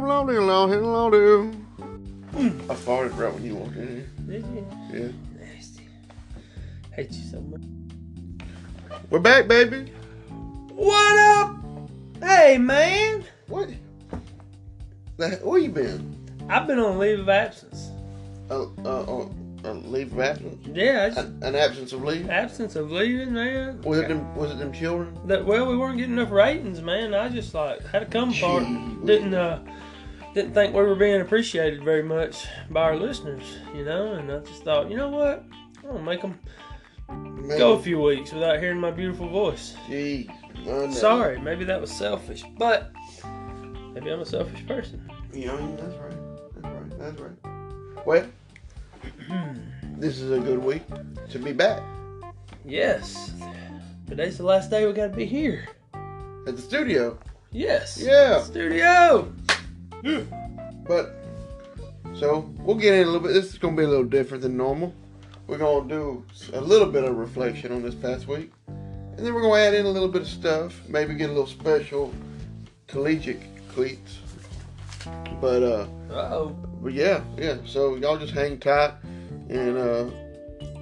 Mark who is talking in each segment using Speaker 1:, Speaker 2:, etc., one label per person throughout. Speaker 1: lordy, lordy, lordy. Hmm. I farted right when you walked in
Speaker 2: Did you?
Speaker 1: here. Yeah.
Speaker 2: Nasty. Hate you so much.
Speaker 1: We're back, baby.
Speaker 2: What up? Hey, man.
Speaker 1: What? The he- Where you been?
Speaker 2: I've been on leave of absence.
Speaker 1: Uh, uh, uh, uh, leave of absence?
Speaker 2: Yeah, it's just
Speaker 1: An, an absence of leave?
Speaker 2: absence of leaving, man.
Speaker 1: Was it them? Was it them children?
Speaker 2: That, well, we weren't getting enough ratings, man. I just like had a come part.
Speaker 1: Gee,
Speaker 2: Didn't uh, didn't think we were being appreciated very much by our listeners, you know. And I just thought, you know what? I'm gonna make them
Speaker 1: Man,
Speaker 2: go a few weeks without hearing my beautiful voice.
Speaker 1: Gee, I know.
Speaker 2: Sorry, maybe that was selfish, but maybe I'm a selfish person.
Speaker 1: Yeah, that's right. That's right. That's right. Well,
Speaker 2: Hmm.
Speaker 1: this is a good week to be back
Speaker 2: Yes, today's the last day we gotta be here.
Speaker 1: at the studio.
Speaker 2: Yes.
Speaker 1: Yeah.
Speaker 2: Studio.
Speaker 1: But so we'll get in a little bit. This is gonna be a little different than normal. We're gonna do a little bit of reflection on this past week, and then we're gonna add in a little bit of stuff. Maybe get a little special collegiate cleats. But uh,
Speaker 2: Uh oh.
Speaker 1: but yeah, yeah. So y'all just hang tight and uh,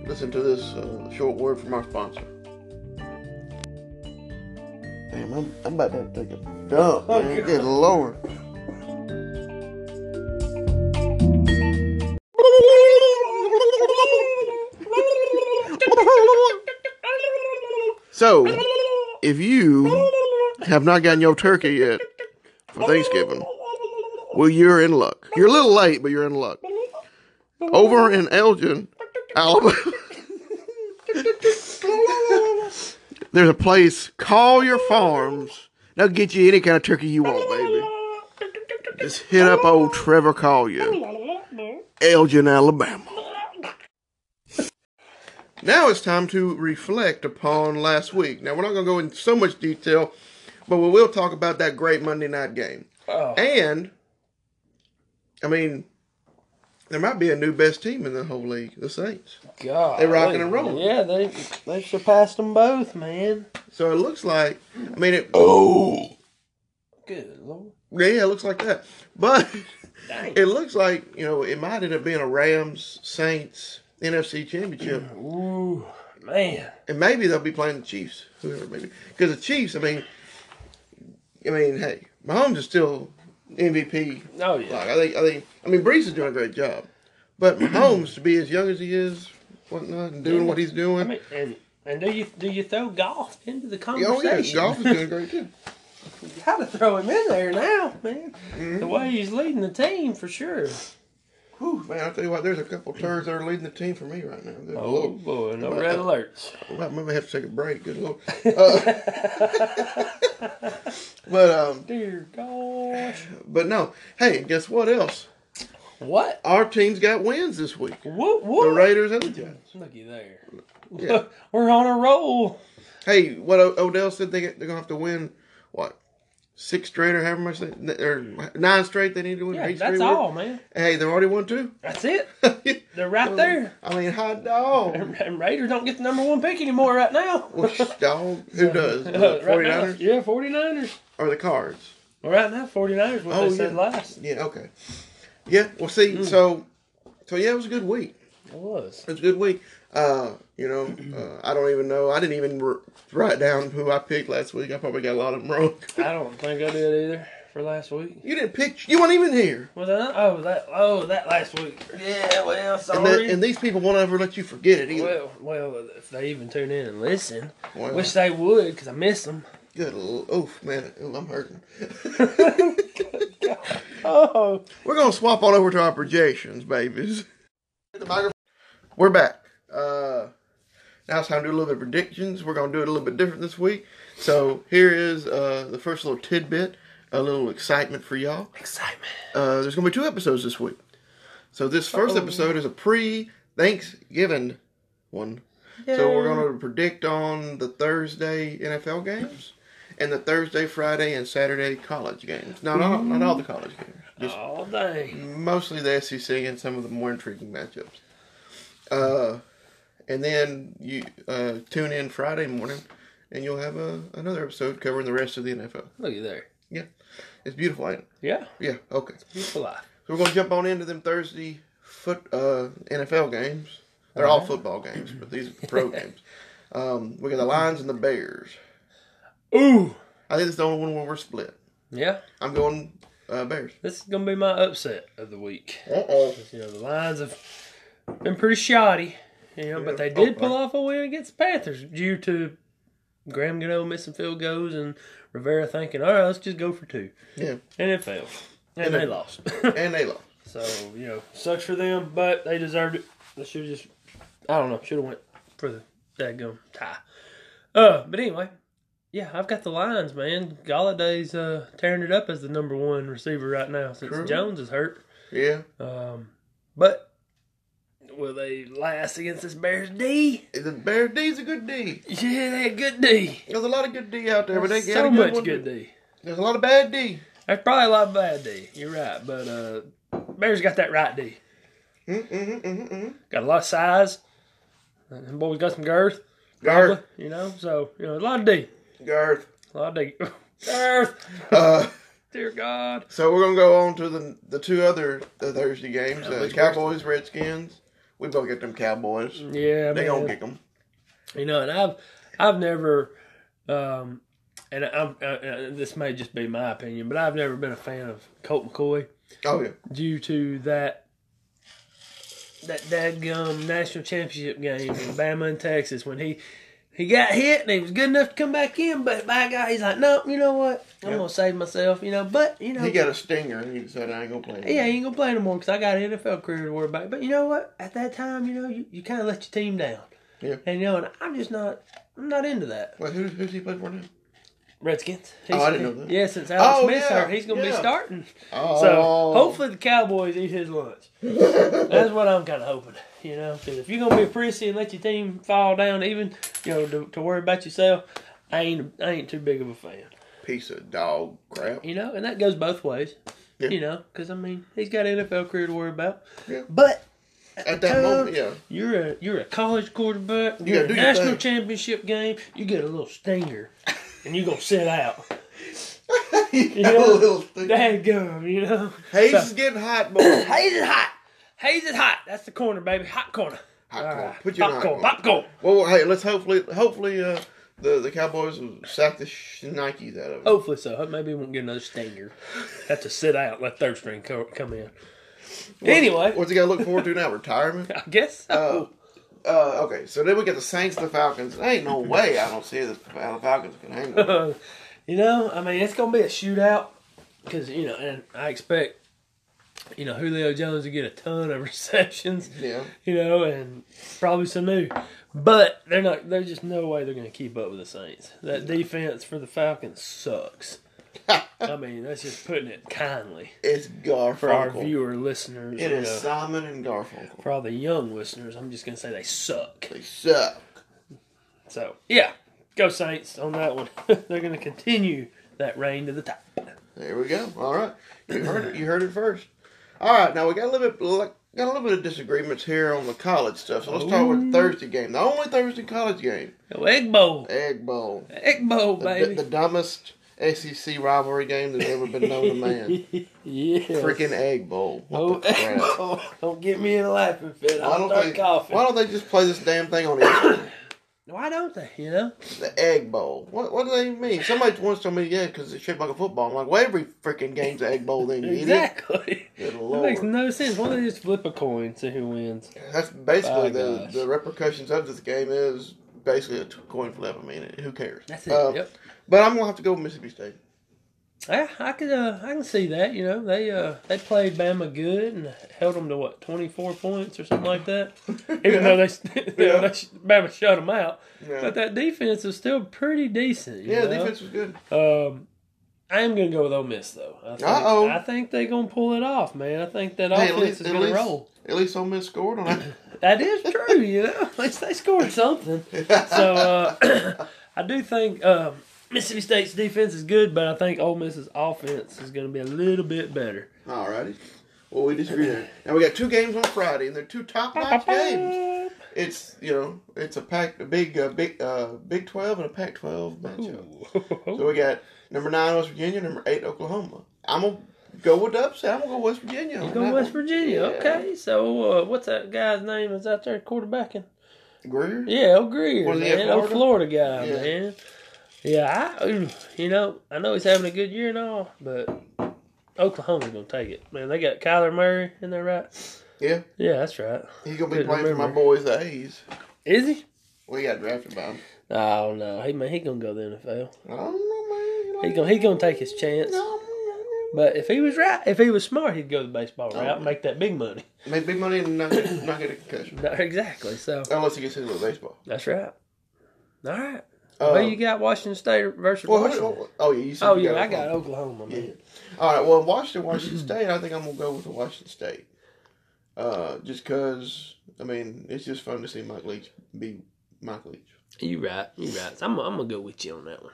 Speaker 1: listen to this uh, short word from our sponsor. Damn, I'm, I'm about to take a dump.
Speaker 2: Oh,
Speaker 1: man.
Speaker 2: God.
Speaker 1: Good lord. So, if you have not gotten your turkey yet for Thanksgiving, well, you're in luck. You're a little late, but you're in luck. Over in Elgin, Alabama, there's a place, Call Your Farms. They'll get you any kind of turkey you want, baby. Just hit up old Trevor Collier, Elgin, Alabama. Now it's time to reflect upon last week. Now, we're not going to go into so much detail, but we will talk about that great Monday night game.
Speaker 2: Oh.
Speaker 1: And I mean, there might be a new best team in the whole league, the Saints.
Speaker 2: God.
Speaker 1: They rocking and rolling.
Speaker 2: Yeah, they they surpassed them both, man.
Speaker 1: So it looks like I mean it Oh
Speaker 2: Good lord.
Speaker 1: Yeah, it looks like that. But
Speaker 2: Dang.
Speaker 1: it looks like, you know, it might end up being a Rams Saints NFC championship.
Speaker 2: Ooh, man.
Speaker 1: And maybe they'll be playing the Chiefs, whoever maybe. Because the Chiefs, I mean I mean, hey, Mahomes is still MVP.
Speaker 2: Oh yeah.
Speaker 1: Like I think I think I mean Brees is doing a great job. But Mahomes to be as young as he is, whatnot, and doing what he's doing.
Speaker 2: I mean, and and do you do you throw golf into the
Speaker 1: Oh yeah,
Speaker 2: conversation?
Speaker 1: golf is doing great too.
Speaker 2: you gotta throw him in there now, man.
Speaker 1: Mm-hmm.
Speaker 2: The way he's leading the team for sure.
Speaker 1: Whew, man, I tell you what, there's a couple turds that are leading the team for me right now. Good
Speaker 2: Oh
Speaker 1: lord,
Speaker 2: boy, no red alerts.
Speaker 1: I might have to take a break. Good lord. Uh, but um,
Speaker 2: Dear gosh.
Speaker 1: but no, hey, guess what else?
Speaker 2: What?
Speaker 1: Our team's got wins this week.
Speaker 2: What?
Speaker 1: The
Speaker 2: What?
Speaker 1: Raiders and the Giants.
Speaker 2: Looky there.
Speaker 1: Yeah.
Speaker 2: We're on a roll.
Speaker 1: Hey, what o- Odell said they get, they're gonna have to win what six straight or however much they or nine straight they need to win.
Speaker 2: Yeah,
Speaker 1: eight
Speaker 2: that's
Speaker 1: straight, whatever.
Speaker 2: all, man.
Speaker 1: Hey, they've already won two.
Speaker 2: That's it. They're right
Speaker 1: Oh.
Speaker 2: there.
Speaker 1: I mean, hot dog.
Speaker 2: And, and Raiders don't get the number one pick anymore right now.
Speaker 1: Which dog? Who does? The
Speaker 2: Uh, right
Speaker 1: 49ers
Speaker 2: Now, yeah, 49ers.
Speaker 1: or the Cards?
Speaker 2: Well, right now, 49ers, what
Speaker 1: Oh,
Speaker 2: they said
Speaker 1: yeah.
Speaker 2: last.
Speaker 1: Yeah, okay. Yeah, well, see, so, so yeah, it was a good week.
Speaker 2: It was.
Speaker 1: It was a good week. Uh, you know, uh, I don't even know. I didn't even r write down who I picked last week. I probably got a lot of them wrong.
Speaker 2: I don't think I did either for last week.
Speaker 1: You didn't pick. You weren't even here.
Speaker 2: Was I? not? Oh, that oh that last week. Yeah, well, sorry.
Speaker 1: And, that, and these people won't ever let you forget it either.
Speaker 2: well, Uh-huh. well, if they even tune in and listen,
Speaker 1: Well,
Speaker 2: wish they would, because I miss them.
Speaker 1: good. l- Oof, man, ooh, I'm hurting.
Speaker 2: Oh,
Speaker 1: We're gonna swap on over to our projections, babies. The microphone. We're back. Uh, now it's time to do a little bit of predictions. We're gonna do it a little bit different this week. So here is uh, the first little tidbit, a little excitement for y'all.
Speaker 2: excitement!
Speaker 1: Uh, there's gonna be two episodes this week. So this 1st episode is a pre-Thanksgiving one. So we're gonna predict on the Thursday NFL games and the Thursday, Friday, and Saturday college games. Not all, not all the college games. Just
Speaker 2: all day.
Speaker 1: mostly the SEC and some of the more intriguing matchups. Uh, and then you uh, tune in Friday morning, and you'll have a, another episode uh, covering the rest of the NFL.
Speaker 2: Looky there.
Speaker 1: It's beautiful, ain't it?
Speaker 2: Yeah,
Speaker 1: Yeah. Okay.
Speaker 2: beautiful life.
Speaker 1: So we're gonna jump on into them Thursday foot uh, NFL games. They're all
Speaker 2: Alright.
Speaker 1: football games, but these are pro games. Um, we got the Lions and the Bears.
Speaker 2: Ooh,
Speaker 1: I think it's the only one where we're split.
Speaker 2: yeah.
Speaker 1: I'm going uh, Bears.
Speaker 2: This is gonna be my upset of the week.
Speaker 1: Uh oh.
Speaker 2: You know, the Lions have been pretty shoddy, you know, but they
Speaker 1: Yeah.
Speaker 2: did
Speaker 1: Oh,
Speaker 2: pull off a win against the Panthers due to Graham Gano missing field goals and Rivera thinking, all right, let's just go for two.
Speaker 1: Yeah.
Speaker 2: And it failed. And,
Speaker 1: And
Speaker 2: they
Speaker 1: it-
Speaker 2: lost.
Speaker 1: And they lost.
Speaker 2: so, you know, sucks for them, but they deserved it. They should have just, I don't know, should have went for the daggum tie. Uh, but anyway, yeah, I've got the Lions, man. Galladay's uh, tearing it up as the number one receiver right now since
Speaker 1: True.
Speaker 2: Jones is hurt.
Speaker 1: Yeah.
Speaker 2: Um, but will they last against this Bears D?
Speaker 1: The Bears D's a good D.
Speaker 2: Yeah, they had good D.
Speaker 1: There's a lot of good D out there, but they got
Speaker 2: so
Speaker 1: a good
Speaker 2: much
Speaker 1: one.
Speaker 2: good D.
Speaker 1: There's a lot of bad D.
Speaker 2: There's probably a lot of bad D. You're right, but uh, Bears got that right D.
Speaker 1: Mm mm mm mm.
Speaker 2: Got a lot of size. And them boys got some girth,
Speaker 1: Garth.
Speaker 2: you know. So you know, a lot of D,
Speaker 1: Garth.
Speaker 2: a lot of D. Girth,
Speaker 1: Uh,
Speaker 2: dear God.
Speaker 1: so we're gonna go on to the the two other uh, Thursday games: uh,
Speaker 2: least
Speaker 1: Cowboys, Redskins. We both get them Cowboys.
Speaker 2: Yeah,
Speaker 1: They
Speaker 2: man.
Speaker 1: gonna get them.
Speaker 2: You know, and I've I've never, um, and I'm, uh, uh, this may just be my opinion, but I've never been a fan of Colt McCoy
Speaker 1: Oh yeah.
Speaker 2: due to that that dadgum national championship game in Bama and Texas when he he got hit and he was good enough to come back in, but by God, he's like, nope, you know what? I'm
Speaker 1: Yeah.
Speaker 2: gonna save myself, you know. But you know,
Speaker 1: He got a stinger and he decided I ain't gonna play.
Speaker 2: yeah, I ain't gonna play no more because I got an NFL career to worry about. But you know what? At that time, you know, you, you kind of let your team down.
Speaker 1: Yeah.
Speaker 2: And you know, and I'm just not, I'm not into that.
Speaker 1: Wait, who, who's he playing for now?
Speaker 2: Redskins.
Speaker 1: Oh, I didn't know that.
Speaker 2: Yeah, since Alex
Speaker 1: Oh,
Speaker 2: Smith's
Speaker 1: yeah,
Speaker 2: hurt, he's gonna be
Speaker 1: yeah.
Speaker 2: starting.
Speaker 1: Oh.
Speaker 2: So hopefully the Cowboys eat his lunch. That's what I'm kind of hoping, you know. Because if you're gonna be prissy and let your team fall down, even you know to, to worry about yourself, I ain't I ain't too big of a fan,
Speaker 1: Piece of dog crap.
Speaker 2: you know. And that goes both ways,
Speaker 1: Yeah.
Speaker 2: you know. Because I mean, he's got an NFL career to worry about.
Speaker 1: Yeah.
Speaker 2: But
Speaker 1: At that
Speaker 2: Come.
Speaker 1: moment, yeah.
Speaker 2: you're a you're a college quarterback.
Speaker 1: Yeah,
Speaker 2: You're a
Speaker 1: do your
Speaker 2: national
Speaker 1: thing.
Speaker 2: championship game. You get a little stinger, and you gonna sit out.
Speaker 1: you
Speaker 2: know,
Speaker 1: know, little thing.
Speaker 2: Dadgum, you know.
Speaker 1: Hayes
Speaker 2: So-
Speaker 1: is getting hot, boy.
Speaker 2: Hayes is hot. Hayes is hot. That's the corner, baby. Hot corner.
Speaker 1: Hot
Speaker 2: All
Speaker 1: corner.
Speaker 2: right.
Speaker 1: Put your
Speaker 2: popcorn.
Speaker 1: hot corner.
Speaker 2: Popcorn.
Speaker 1: Well, well, hey, let's hopefully, hopefully, uh, the the Cowboys will sack the sh- Nikes out of them.
Speaker 2: Hopefully so. Maybe we won't get another stinger. Have to sit out. Let third string co- come in. anyway,
Speaker 1: What's he got to look forward to now? Retirement.
Speaker 2: I guess Oh. so.
Speaker 1: Uh, okay, so then we got the Saints, the Falcons. There ain't no way I don't see the, how the Falcons can hang. them.
Speaker 2: you know, I mean, it's gonna be a shootout because you know, and I expect you know Julio Jones to get a ton of receptions.
Speaker 1: Yeah.
Speaker 2: You know, and probably some new, but they're not. There's just no way they're gonna keep up with the Saints. That defense for the Falcons sucks. I mean, that's just putting it kindly
Speaker 1: It's Garfunkel.
Speaker 2: for our viewer listeners.
Speaker 1: It
Speaker 2: you
Speaker 1: is
Speaker 2: know.
Speaker 1: Simon and Garfunkel.
Speaker 2: for all the young listeners, I'm just gonna say they suck.
Speaker 1: They suck.
Speaker 2: So yeah, go Saints on that one. They're gonna continue that reign to the top.
Speaker 1: There we go. All right, you heard it. You heard it first. All right, now we got a little bit got a little bit of disagreements here on the college stuff. So let's talk about the Thursday game. The only Thursday college game,
Speaker 2: Go Egg Bowl,
Speaker 1: Egg Bowl,
Speaker 2: Egg Bowl,
Speaker 1: the,
Speaker 2: baby.
Speaker 1: the dumbest SEC rivalry game that's ever been known to man.
Speaker 2: yeah,
Speaker 1: Freaking Egg Bowl. What
Speaker 2: oh,
Speaker 1: the
Speaker 2: Egg
Speaker 1: crap?
Speaker 2: Bowl. Don't get me in a laughing fit.
Speaker 1: Why
Speaker 2: I'll
Speaker 1: don't
Speaker 2: start
Speaker 1: they?
Speaker 2: coughing.
Speaker 1: Why don't they just play this damn thing on the,
Speaker 2: Why don't they? You know,
Speaker 1: the Egg Bowl? What What do they mean? Somebody once told me, yeah, because it's shaped like a football. I'm like, well, every freaking game's an Egg Bowl, then you idiot.
Speaker 2: exactly.
Speaker 1: Good
Speaker 2: It makes
Speaker 1: lord.
Speaker 2: no sense. Why don't they just flip a coin see who wins?
Speaker 1: That's basically
Speaker 2: By
Speaker 1: the,
Speaker 2: gosh.
Speaker 1: the repercussions of this game is basically a t- coin flip. I mean, who cares?
Speaker 2: That's it.
Speaker 1: Um,
Speaker 2: yep.
Speaker 1: But I'm gonna have to go with Mississippi State.
Speaker 2: Yeah, I could. Uh, I can see that. You know, they uh, they played Bama good and held them to what twenty four points or something like that. Even though they, you know,
Speaker 1: Yeah.
Speaker 2: they sh- Bama shut them out,
Speaker 1: Yeah.
Speaker 2: but that defense was still pretty decent. you
Speaker 1: yeah,
Speaker 2: know?
Speaker 1: defense was good.
Speaker 2: Um, I am gonna go with Ole Miss though. I think,
Speaker 1: Uh-oh.
Speaker 2: I think they're gonna pull it off, man. I think that
Speaker 1: Hey,
Speaker 2: offense is gonna roll.
Speaker 1: At least Ole Miss scored on it.
Speaker 2: That is true. you know, at least they scored something. So uh, I do think um, Mississippi State's defense is good, but I think Ole Miss's offense is going to be a little bit better.
Speaker 1: All righty. Well, we disagree there. Now we got two games on Friday, and they're two top notch games. it's you know it's a pack a big uh, big uh, Big Twelve and a Pac Twelve matchup. So we got number nine West Virginia, number eight Oklahoma. I'm gonna go with the upset. I'm gonna go West Virginia.
Speaker 2: You
Speaker 1: on
Speaker 2: go
Speaker 1: that
Speaker 2: West
Speaker 1: one.
Speaker 2: Virginia,
Speaker 1: Yeah.
Speaker 2: okay? So uh, what's that guy's name that's out there quarterbacking?
Speaker 1: Greer.
Speaker 2: Yeah, El Greer,
Speaker 1: Was he at
Speaker 2: man, old
Speaker 1: Florida?
Speaker 2: Florida guy,
Speaker 1: Yeah.
Speaker 2: man. Yeah, I, ooh, you know, I know he's having a good year and all, but Oklahoma's gonna take it, man. They got Kyler Murray in there, right?
Speaker 1: Yeah.
Speaker 2: Yeah, that's right.
Speaker 1: He's gonna be
Speaker 2: Good,
Speaker 1: playing for my
Speaker 2: remember.
Speaker 1: boys, the A's.
Speaker 2: Is he?
Speaker 1: We got drafted by him.
Speaker 2: Oh no, he man, he gonna go to the NFL.
Speaker 1: I don't know, man.
Speaker 2: He gonna he gonna take his chance. But if he was right, if he was smart, he'd go the baseball
Speaker 1: Oh.
Speaker 2: route, and make that big money.
Speaker 1: Make big money and not get, not get a concussion.
Speaker 2: No, exactly. So
Speaker 1: Unless he gets into baseball.
Speaker 2: that's right. All right.
Speaker 1: Um,
Speaker 2: Who you got? Washington State versus
Speaker 1: well, who-
Speaker 2: Washington.
Speaker 1: oh, yeah, you said
Speaker 2: oh
Speaker 1: you
Speaker 2: yeah, I got Mm-hmm.
Speaker 1: Oklahoma.
Speaker 2: Oklahoma. Man.
Speaker 1: All right. Well, Washington, Washington State. I think I'm gonna go with the Washington State. Uh, just cause I mean it's just fun to see Mike Leach be Mike Leach.
Speaker 2: You right. You right. I'm, I'm gonna go with you on that one.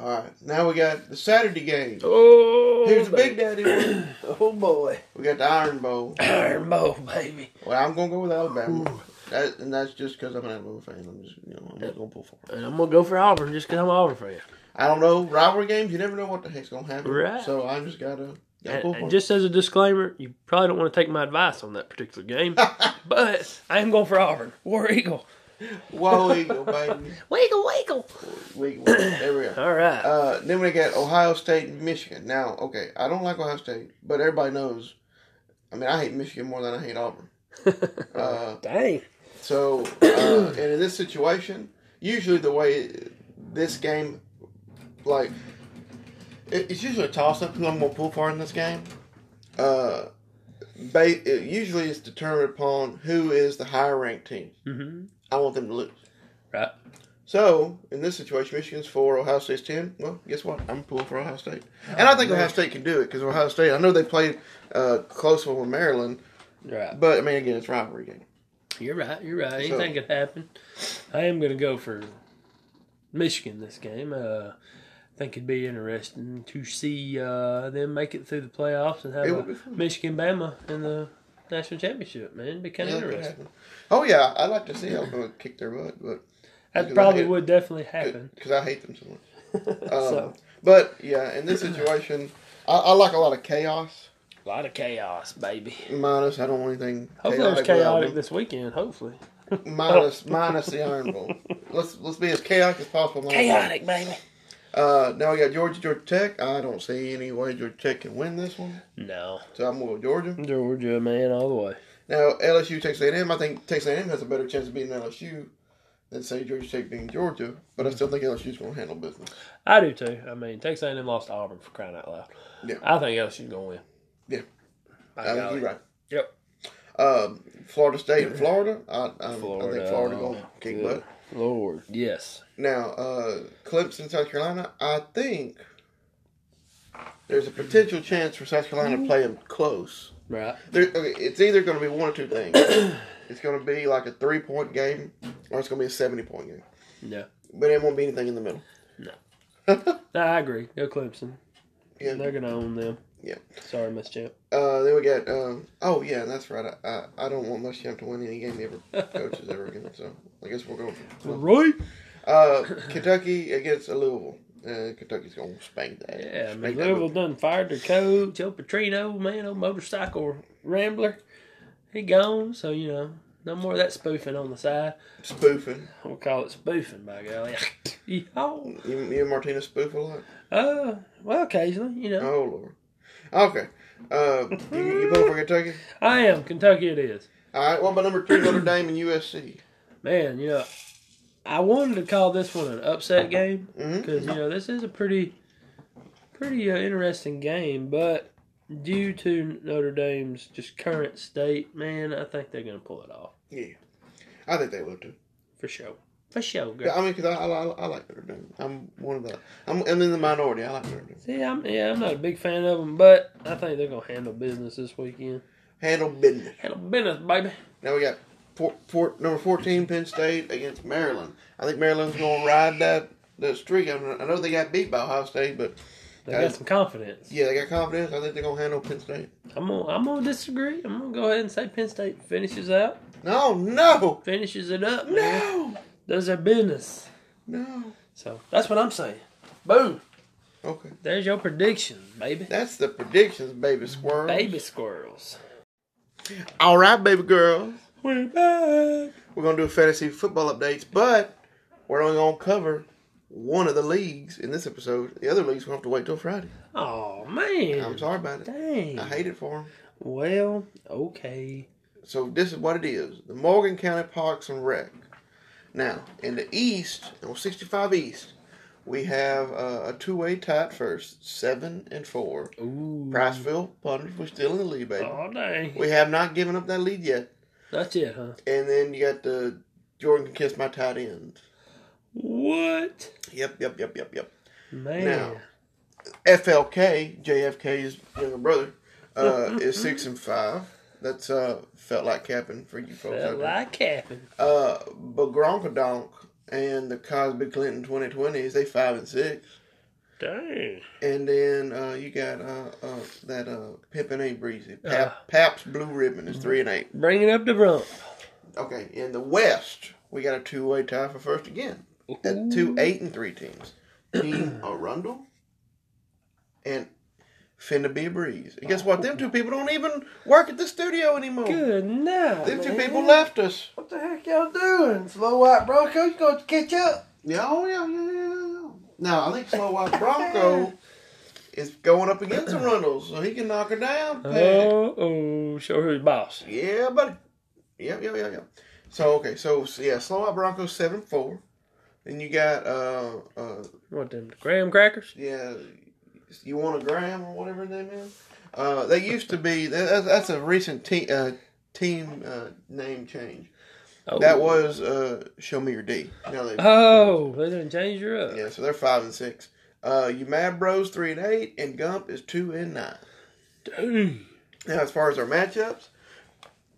Speaker 1: All right. Now we got the Saturday game.
Speaker 2: Oh,
Speaker 1: Here's the big daddy. one.
Speaker 2: Oh boy,
Speaker 1: We got the Iron Bowl.
Speaker 2: Iron Bowl, baby.
Speaker 1: Well, I'm gonna go with Alabama. That, and that's just because I'm an Alabama fan. I'm just you know I'm just gonna pull for 'em.
Speaker 2: And I'm gonna go for Auburn just 'cause I'm an Auburn fan.
Speaker 1: I don't know rivalry games. You never know what the heck's gonna happen.
Speaker 2: Right.
Speaker 1: So I just gotta, gotta
Speaker 2: And,
Speaker 1: pull
Speaker 2: and
Speaker 1: for 'em.
Speaker 2: just as a disclaimer, you probably don't want to take my advice on that particular game, but I am going for Auburn. War Eagle,
Speaker 1: Whoa, Eagle, baby.
Speaker 2: Wiggle Wiggle.
Speaker 1: We, we, there we go.
Speaker 2: All right.
Speaker 1: Uh, then we got Ohio State and Michigan. Now, okay, I don't like Ohio State, but everybody knows. I mean, I hate Michigan more than I hate Auburn. Uh,
Speaker 2: Dang.
Speaker 1: so, uh, and in this situation, usually the way it, this game, like, it, it's usually a toss up who I'm going to pull for in this game. Uh, ba- it usually it's determined upon who is the higher ranked team.
Speaker 2: Mm-hmm.
Speaker 1: I want them to lose.
Speaker 2: Right.
Speaker 1: So in this situation, Michigan's four, Ohio State's ten. Well, guess what? I'm pulling for Ohio State,
Speaker 2: Oh,
Speaker 1: and I think Ohio State can do it because Ohio State. I know they played uh, close one with Maryland,
Speaker 2: Right.
Speaker 1: but I mean, again, it's rivalry game.
Speaker 2: You're right. You're right. Anything could happen. I am going to go for Michigan this game. Uh, I think it'd be interesting to see uh, them make it through the playoffs and have
Speaker 1: It would be
Speaker 2: a
Speaker 1: fun.
Speaker 2: Michigan Bama in the national championship. Man, it'd be kind
Speaker 1: Yeah,
Speaker 2: of
Speaker 1: it could
Speaker 2: interesting.
Speaker 1: happen. Oh yeah, I'd like to see Alabama kick their butt, but
Speaker 2: That
Speaker 1: Because
Speaker 2: probably
Speaker 1: I-
Speaker 2: would definitely happen.
Speaker 1: because I hate them so much. Um,
Speaker 2: So.
Speaker 1: But yeah, in this situation, I, I like a lot of chaos.
Speaker 2: A lot of chaos, baby.
Speaker 1: Minus, I don't want anything.
Speaker 2: Hopefully, it's
Speaker 1: without
Speaker 2: chaotic
Speaker 1: me.
Speaker 2: this weekend. Hopefully,
Speaker 1: Minus, minus the Iron Bowl. Let's let's be as chaotic as possible. minus that.
Speaker 2: chaotic, baby.
Speaker 1: Uh, now we got Georgia, Georgia Tech. I don't see any way Georgia Tech can win this one,
Speaker 2: No,
Speaker 1: so I'm going with Georgia.
Speaker 2: Georgia, man, all the way.
Speaker 1: Now LSU, Texas A&M. I think Texas A&M has a better chance of beating LSU than say Georgia Tech being Georgia, but I still think LSU's going to handle business.
Speaker 2: I do too. I mean, Texas A&M lost to Auburn for crying out loud.
Speaker 1: Yeah.
Speaker 2: I think LSU's gonna win.
Speaker 1: Yeah.
Speaker 2: By
Speaker 1: I think
Speaker 2: golly.
Speaker 1: you're right.
Speaker 2: Yep.
Speaker 1: Um, Florida State and Florida. I, I, I
Speaker 2: Florida.
Speaker 1: think Florida going to kick
Speaker 2: Good
Speaker 1: butt.
Speaker 2: Lord, yes.
Speaker 1: Now uh, Clemson, South Carolina. I think there's a potential chance for South Carolina to play them close.
Speaker 2: Right.
Speaker 1: There, okay, it's either going to be one or two things. it's going to be like a three point game, or it's going to be a seventy point game.
Speaker 2: No.
Speaker 1: But it won't be anything in the middle.
Speaker 2: No, I agree. Go Clemson.
Speaker 1: Yeah.
Speaker 2: They're gonna own them.
Speaker 1: Yeah.
Speaker 2: Sorry, Miss Champ.
Speaker 1: Uh, then we got. Um, oh yeah, that's right. I, I, I don't want Muschamp to win any game he ever coaches ever again. So I guess we'll go. For,
Speaker 2: Right.
Speaker 1: uh, Kentucky against Louisville. Uh, Kentucky's going to spank that.
Speaker 2: Yeah, I mean
Speaker 1: spank
Speaker 2: Louisville
Speaker 1: That
Speaker 2: done fired their coach, El Petrino, man, old motorcycle rambler. He gone, so you know, no more of that spoofing on the side.
Speaker 1: Louisville. spoofing.
Speaker 2: We'll call it spoofing, by golly. Yeehaw.
Speaker 1: You, you and Martinez spoof a lot.
Speaker 2: uh, well, occasionally, you know.
Speaker 1: Oh lord. Okay. Uh, you, you vote for Kentucky.
Speaker 2: I am Kentucky. It is.
Speaker 1: All right. What about number two, Notre Dame and USC?
Speaker 2: Man, you know, I wanted to call this one an upset game
Speaker 1: Mhm.
Speaker 2: because you know this is a pretty, pretty uh, interesting game, but due to Notre Dame's just current state, man, I think they're gonna pull it off
Speaker 1: Yeah, I think they will too.
Speaker 2: for sure, for sure,
Speaker 1: Yeah,
Speaker 2: girl.
Speaker 1: I mean, because I, I, I I like Notre Dame. I'm one of the. I'm, I'm in the minority. I like Notre Dame.
Speaker 2: See, I'm yeah, I'm not a big fan of them, but I think they're gonna handle business this weekend.
Speaker 1: Handle business.
Speaker 2: Handle business, baby.
Speaker 1: Now we got four, four, number fourteen Penn State against Maryland. I think Maryland's going to ride that that streak. I, mean, I know they got beat by Ohio State, but
Speaker 2: They
Speaker 1: Uh,
Speaker 2: got some confidence.
Speaker 1: yeah, they got confidence. I think they're going to handle Penn State.
Speaker 2: I'm gonna I'm gonna disagree. I'm gonna go ahead and say Penn State finishes out.
Speaker 1: No, no,
Speaker 2: Finishes it up, man.
Speaker 1: no,
Speaker 2: Does their business.
Speaker 1: no.
Speaker 2: So that's what I'm saying. Boom.
Speaker 1: Okay,
Speaker 2: There's your predictions, baby.
Speaker 1: that's the predictions, baby squirrel.
Speaker 2: Baby squirrels.
Speaker 1: All right, baby girls.
Speaker 2: We're back.
Speaker 1: We're gonna do fantasy football updates, but we're only gonna cover one of the leagues in this episode. The other leagues gonna have to wait till Friday.
Speaker 2: Oh man.
Speaker 1: I'm sorry about it.
Speaker 2: Dang.
Speaker 1: I hate it for them.
Speaker 2: Well, okay.
Speaker 1: So this is what it is: the Morgan County Parks and Rec. Now in the East, on 65 East, we have uh, a two-way tie at first, seven and four.
Speaker 2: Ooh.
Speaker 1: Priceville Pundits, we're still in the lead, baby.
Speaker 2: Oh dang.
Speaker 1: We have not given up that lead yet.
Speaker 2: That's it, huh?
Speaker 1: And then you got the Jordan can kiss my tight end.
Speaker 2: What?
Speaker 1: Yep, yep, yep, yep, yep.
Speaker 2: Man.
Speaker 1: Now. FLK, JFK's younger brother, uh, is six and five. That's uh, felt like capping for you folks.
Speaker 2: Felt
Speaker 1: out there.
Speaker 2: like capping.
Speaker 1: Uh, but Gronkadonk and the Cosby Clinton 2020s, they five and six.
Speaker 2: Dang.
Speaker 1: And then uh, you got uh, uh, that uh, Pimpin' Ain't Breezy. Pap,
Speaker 2: Uh.
Speaker 1: Pap's Blue Ribbon is three and eight.
Speaker 2: Bringing up the rump.
Speaker 1: Okay, in the West, we got a two way tie for first again. At two eight and three teams. Team Arundel and Finna Be a Breeze. And guess what? Them two people don't even work at the studio anymore.
Speaker 2: Good night.
Speaker 1: Oh. Them two
Speaker 2: man.
Speaker 1: people left us.
Speaker 2: What the heck y'all doing? Slow White Bronco, you gonna catch up?
Speaker 1: Yeah, oh yeah, yeah, yeah, yeah. Now I think Slow White Bronco is going up against Arundel, so he can knock her down. Peg.
Speaker 2: Oh, oh, show her the boss.
Speaker 1: Yeah, buddy. Yep, yep, yep, yep. So okay, so, so yeah, Slow Out Broncos seven four. Then you got uh uh
Speaker 2: What them graham crackers?
Speaker 1: yeah, you want a Graham or whatever his name is. Uh, they used to be that, that's- that's a recent team uh, team uh, name change.
Speaker 2: Oh.
Speaker 1: That was uh Show Me Your D. Now they
Speaker 2: Oh, they done changed her up.
Speaker 1: yeah, so they're five and six. Uh, you Mad Bros three and eight, and Gump is two and nine.
Speaker 2: Dang.
Speaker 1: Now, as far as our matchups,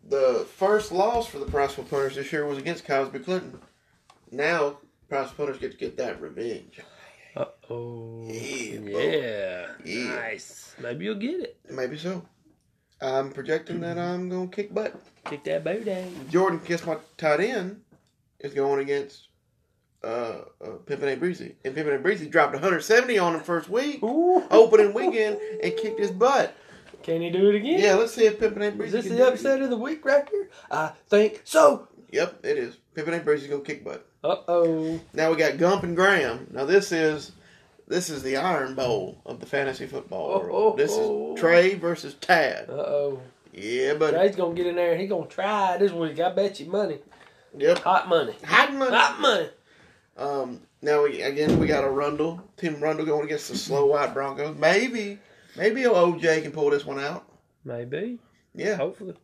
Speaker 1: the first loss for the Priceville Punters this year was against Cosby Clinton. Now, Priceville Punters get to get that revenge.
Speaker 2: Uh oh.
Speaker 1: Yeah, boy.
Speaker 2: Yeah.
Speaker 1: Yeah.
Speaker 2: Nice. Maybe you'll get it.
Speaker 1: Maybe so. I'm projecting that I'm going to kick butt.
Speaker 2: Kick that booty.
Speaker 1: Jordan Kiss My Tight End is going against uh, uh, Pimpin' A Breezy. And Pimpin' A Breezy dropped 170 on him first week,
Speaker 2: Ooh.
Speaker 1: opening weekend, and kicked his butt.
Speaker 2: Can he do it again?
Speaker 1: Yeah, let's see if Pimpin' A
Speaker 2: Is
Speaker 1: Breezy
Speaker 2: this
Speaker 1: can
Speaker 2: the
Speaker 1: do it.
Speaker 2: upset of the week right here? I think so.
Speaker 1: Yep, it is. Pimpin' A Breezy's going to kick butt.
Speaker 2: Uh oh.
Speaker 1: Now we got Gump and Graham. Now this is this is the Iron Bowl of the fantasy football world.
Speaker 2: Oh, oh,
Speaker 1: This
Speaker 2: oh.
Speaker 1: is Trey versus
Speaker 2: Uh
Speaker 1: Tad.
Speaker 2: oh.
Speaker 1: Yeah, buddy.
Speaker 2: Trey's gonna get in there and he's gonna try this week. I bet you money.
Speaker 1: Yep.
Speaker 2: Hot money.
Speaker 1: Hot money.
Speaker 2: Hot money.
Speaker 1: Um. Now we again we got a Rundle. Tim Rundle going against the slow white Broncos. Maybe maybe old OJ can pull this one out.
Speaker 2: Maybe.
Speaker 1: Yeah.
Speaker 2: Hopefully.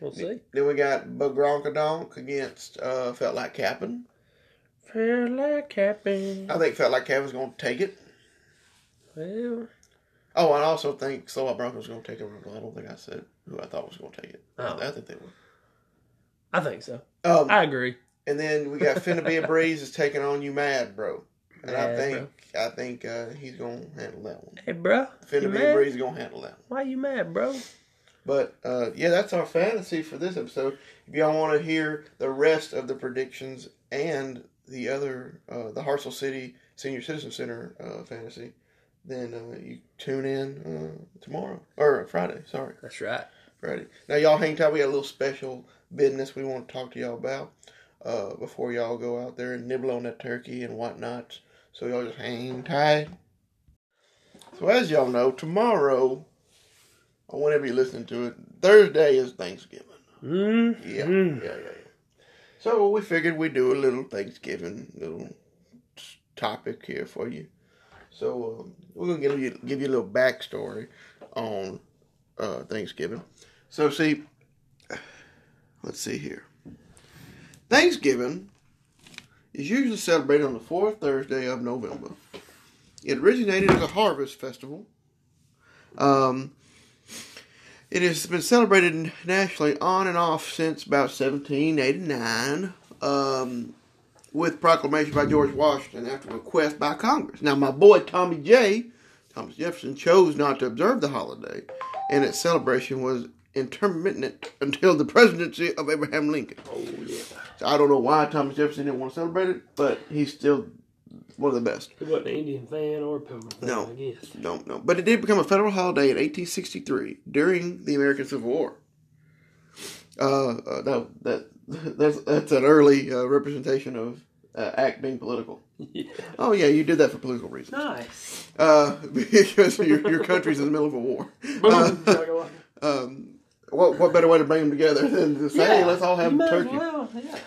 Speaker 2: We'll see.
Speaker 1: Then we got Bagronkadonk against uh, Felt Like Cap'n.
Speaker 2: Feel like happy.
Speaker 1: I think Felt Like Cap'n's going to take it.
Speaker 2: Well.
Speaker 1: Oh, I also think Slow White Broncos going to take it. Rundle. I don't think I said who I thought was going to take it.
Speaker 2: Oh.
Speaker 1: I think they were.
Speaker 2: I think so.
Speaker 1: Um,
Speaker 2: I agree.
Speaker 1: And then we got Finna Be a Breeze is taking on you mad, bro. And I
Speaker 2: Mad,
Speaker 1: think I think uh, he's gonna handle that one.
Speaker 2: Hey, bro. You
Speaker 1: Finna Be a
Speaker 2: mad?
Speaker 1: Breeze is gonna handle that one.
Speaker 2: Why you mad, bro?
Speaker 1: But uh, yeah, that's our fantasy for this episode. If y'all want to hear the rest of the predictions and the other uh, the Hartsel City Senior Citizen Center uh, fantasy, then uh, you tune in uh, tomorrow or Friday. Sorry.
Speaker 2: That's right.
Speaker 1: Ready. Now, y'all hang tight. We got a little special business we want to talk to y'all about uh, before y'all go out there and nibble on that turkey and whatnot. So, y'all just hang tight. So, as y'all know, tomorrow, or whenever you're listening to it, Thursday is Thanksgiving.
Speaker 2: Mm.
Speaker 1: Yeah.
Speaker 2: Mm.
Speaker 1: Yeah, yeah, yeah. So, we figured we'd do a little Thanksgiving little s- topic here for you. So, um, we're going to give you, give you a little backstory on uh, Thanksgiving. So see, let's see here. Thanksgiving is usually celebrated on the fourth Thursday of November. It originated as a harvest festival. Um, it has been celebrated nationally on and off since about 1789, um, with proclamation by George Washington after request by Congress. Now, my boy Tommy J. Thomas Jefferson chose not to observe the holiday, and its celebration was intermittent until the presidency of Abraham Lincoln.
Speaker 2: Oh yeah.
Speaker 1: So I don't know why Thomas Jefferson didn't want to celebrate it, but he's still one of the best.
Speaker 2: He wasn't an Indian fan or a pilgrim fan,
Speaker 1: No.
Speaker 2: I guess.
Speaker 1: Don't know. But it did become a federal holiday in 1863 during the American Civil War. Uh, uh no, that that's that's an early uh, representation of uh, act being political.
Speaker 2: Yeah.
Speaker 1: Oh yeah, you did that for political reasons.
Speaker 2: Nice.
Speaker 1: Uh, because your, your country's in the middle of a war. Uh, um, what what better way to bring them together than to say, hey, let's all have
Speaker 2: You might as
Speaker 1: turkey.
Speaker 2: Well, yeah.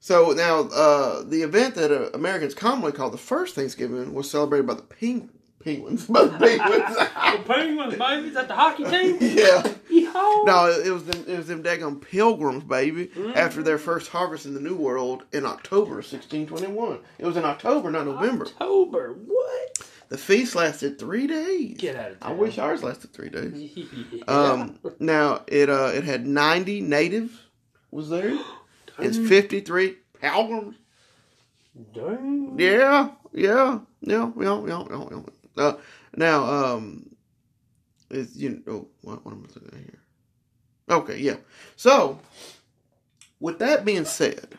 Speaker 1: So now, uh, the event that uh, Americans commonly call the first Thanksgiving was celebrated by the peng- penguins. By the penguins.
Speaker 2: The penguins, baby. Is that the hockey team?
Speaker 1: yeah.
Speaker 2: Yeehaw.
Speaker 1: No, it was them, it was them daggone pilgrims, baby. After their first harvest in the New World in October of 1621, it was in October, not November.
Speaker 2: October. What?
Speaker 1: The feast lasted three days.
Speaker 2: Get out of town.
Speaker 1: I wish ours lasted three days.
Speaker 2: Yeah.
Speaker 1: Um, now it uh, it had 90 native was there. It's 53 pilgrims.
Speaker 2: Dang.
Speaker 1: Yeah, yeah, yeah, yeah, yeah, yeah. yeah. Uh, now, um, it's you. Oh, what, what am I looking at here? Okay, yeah. So, with that being said,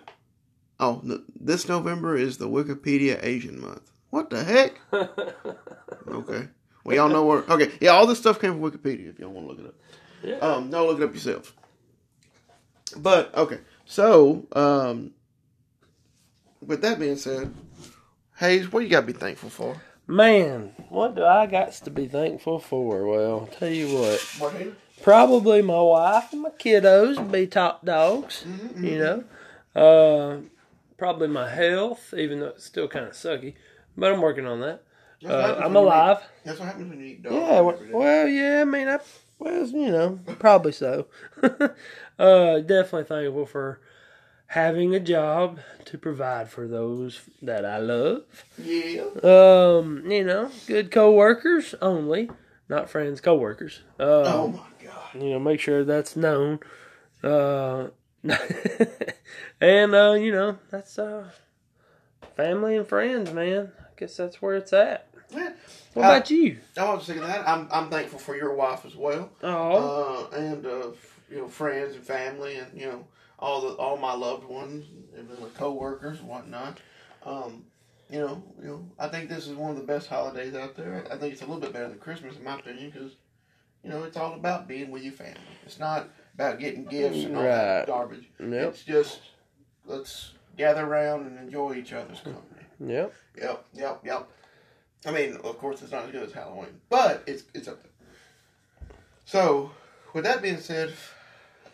Speaker 1: oh, no, this November is the Wikipedia Asian month. What the heck? Okay. Well, y'all know where. Okay, yeah, all this stuff came from Wikipedia. If y'all want to look it up,
Speaker 2: Yeah.
Speaker 1: um, no, look it up yourself. But okay, so um, with that being said, Hayes, what you gotta be thankful for?
Speaker 2: Man, what do I got to be thankful for? Well, I'll tell you what.
Speaker 1: What?
Speaker 2: Probably my wife and my kiddos be top dogs, you know. Uh, probably my health, even though it's still kind of sucky, but I'm working on that. Uh, I'm alive.
Speaker 1: That's what happens when you eat dog.
Speaker 2: Yeah, well, well, yeah, I mean, I, well, you know, probably so. uh, definitely thankful for having a job to provide for those that I love.
Speaker 1: yeah.
Speaker 2: Um, you know, good coworkers only, not friends, coworkers. Uh,
Speaker 1: Oh my god.
Speaker 2: you know, make sure that's known. Uh, and uh, you know, that's uh, family and friends, man. I guess that's where it's at.
Speaker 1: Yeah.
Speaker 2: What
Speaker 1: Uh,
Speaker 2: about you?
Speaker 1: I was thinking that. I'm I'm thankful for your wife as well.
Speaker 2: Oh,
Speaker 1: Uh, and uh, f- you know, friends and family, and you know, all the all my loved ones, and my coworkers and whatnot. Um, you know, you know, I think this is one of the best holidays out there. I think it's a little bit better than Christmas, in my opinion, because you know, it's all about being with your family. It's not about getting gifts and all
Speaker 2: Right.
Speaker 1: that garbage.
Speaker 2: Yep.
Speaker 1: It's just let's gather around and enjoy each other's company.
Speaker 2: yep.
Speaker 1: Yep, yep, yep. I mean, of course, it's not as good as Halloween, but it's it's up there. So, with that being said,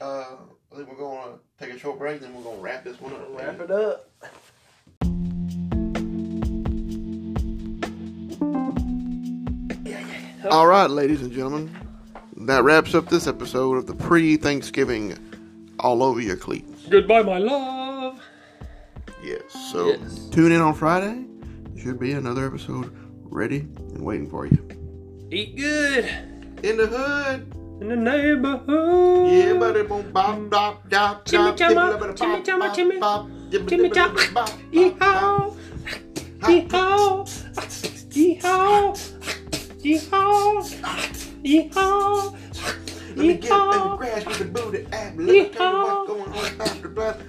Speaker 1: uh, I think we're going to take a short break, then we're going to wrap this one up.
Speaker 2: Wrap it up.
Speaker 1: All right, ladies and gentlemen, that wraps up this episode of the pre-Thanksgiving all over your cleats.
Speaker 2: Goodbye, my love.
Speaker 1: Yes. So
Speaker 2: Yes.
Speaker 1: tune in on Friday. There should be another episode ready and waiting for you.
Speaker 2: Eat good
Speaker 1: In the hood.
Speaker 2: in the neighborhood.
Speaker 1: Yeah, buddy. Boom, bop, bop, bop,
Speaker 2: Chimmy chama,
Speaker 1: bop, bop,
Speaker 2: chimmy chama,
Speaker 1: bop,
Speaker 2: chimmy-
Speaker 1: bop, bop,
Speaker 2: Jimmy Chop.
Speaker 1: bop, bop, bop.
Speaker 2: Yeehaw. Yeehaw. Yeehaw. Yeehaw. Yeehaw.
Speaker 1: Let me get up in the
Speaker 2: Yeehaw.
Speaker 1: grass with the booty ab. Let me tell you what's going on about the bus. Oh,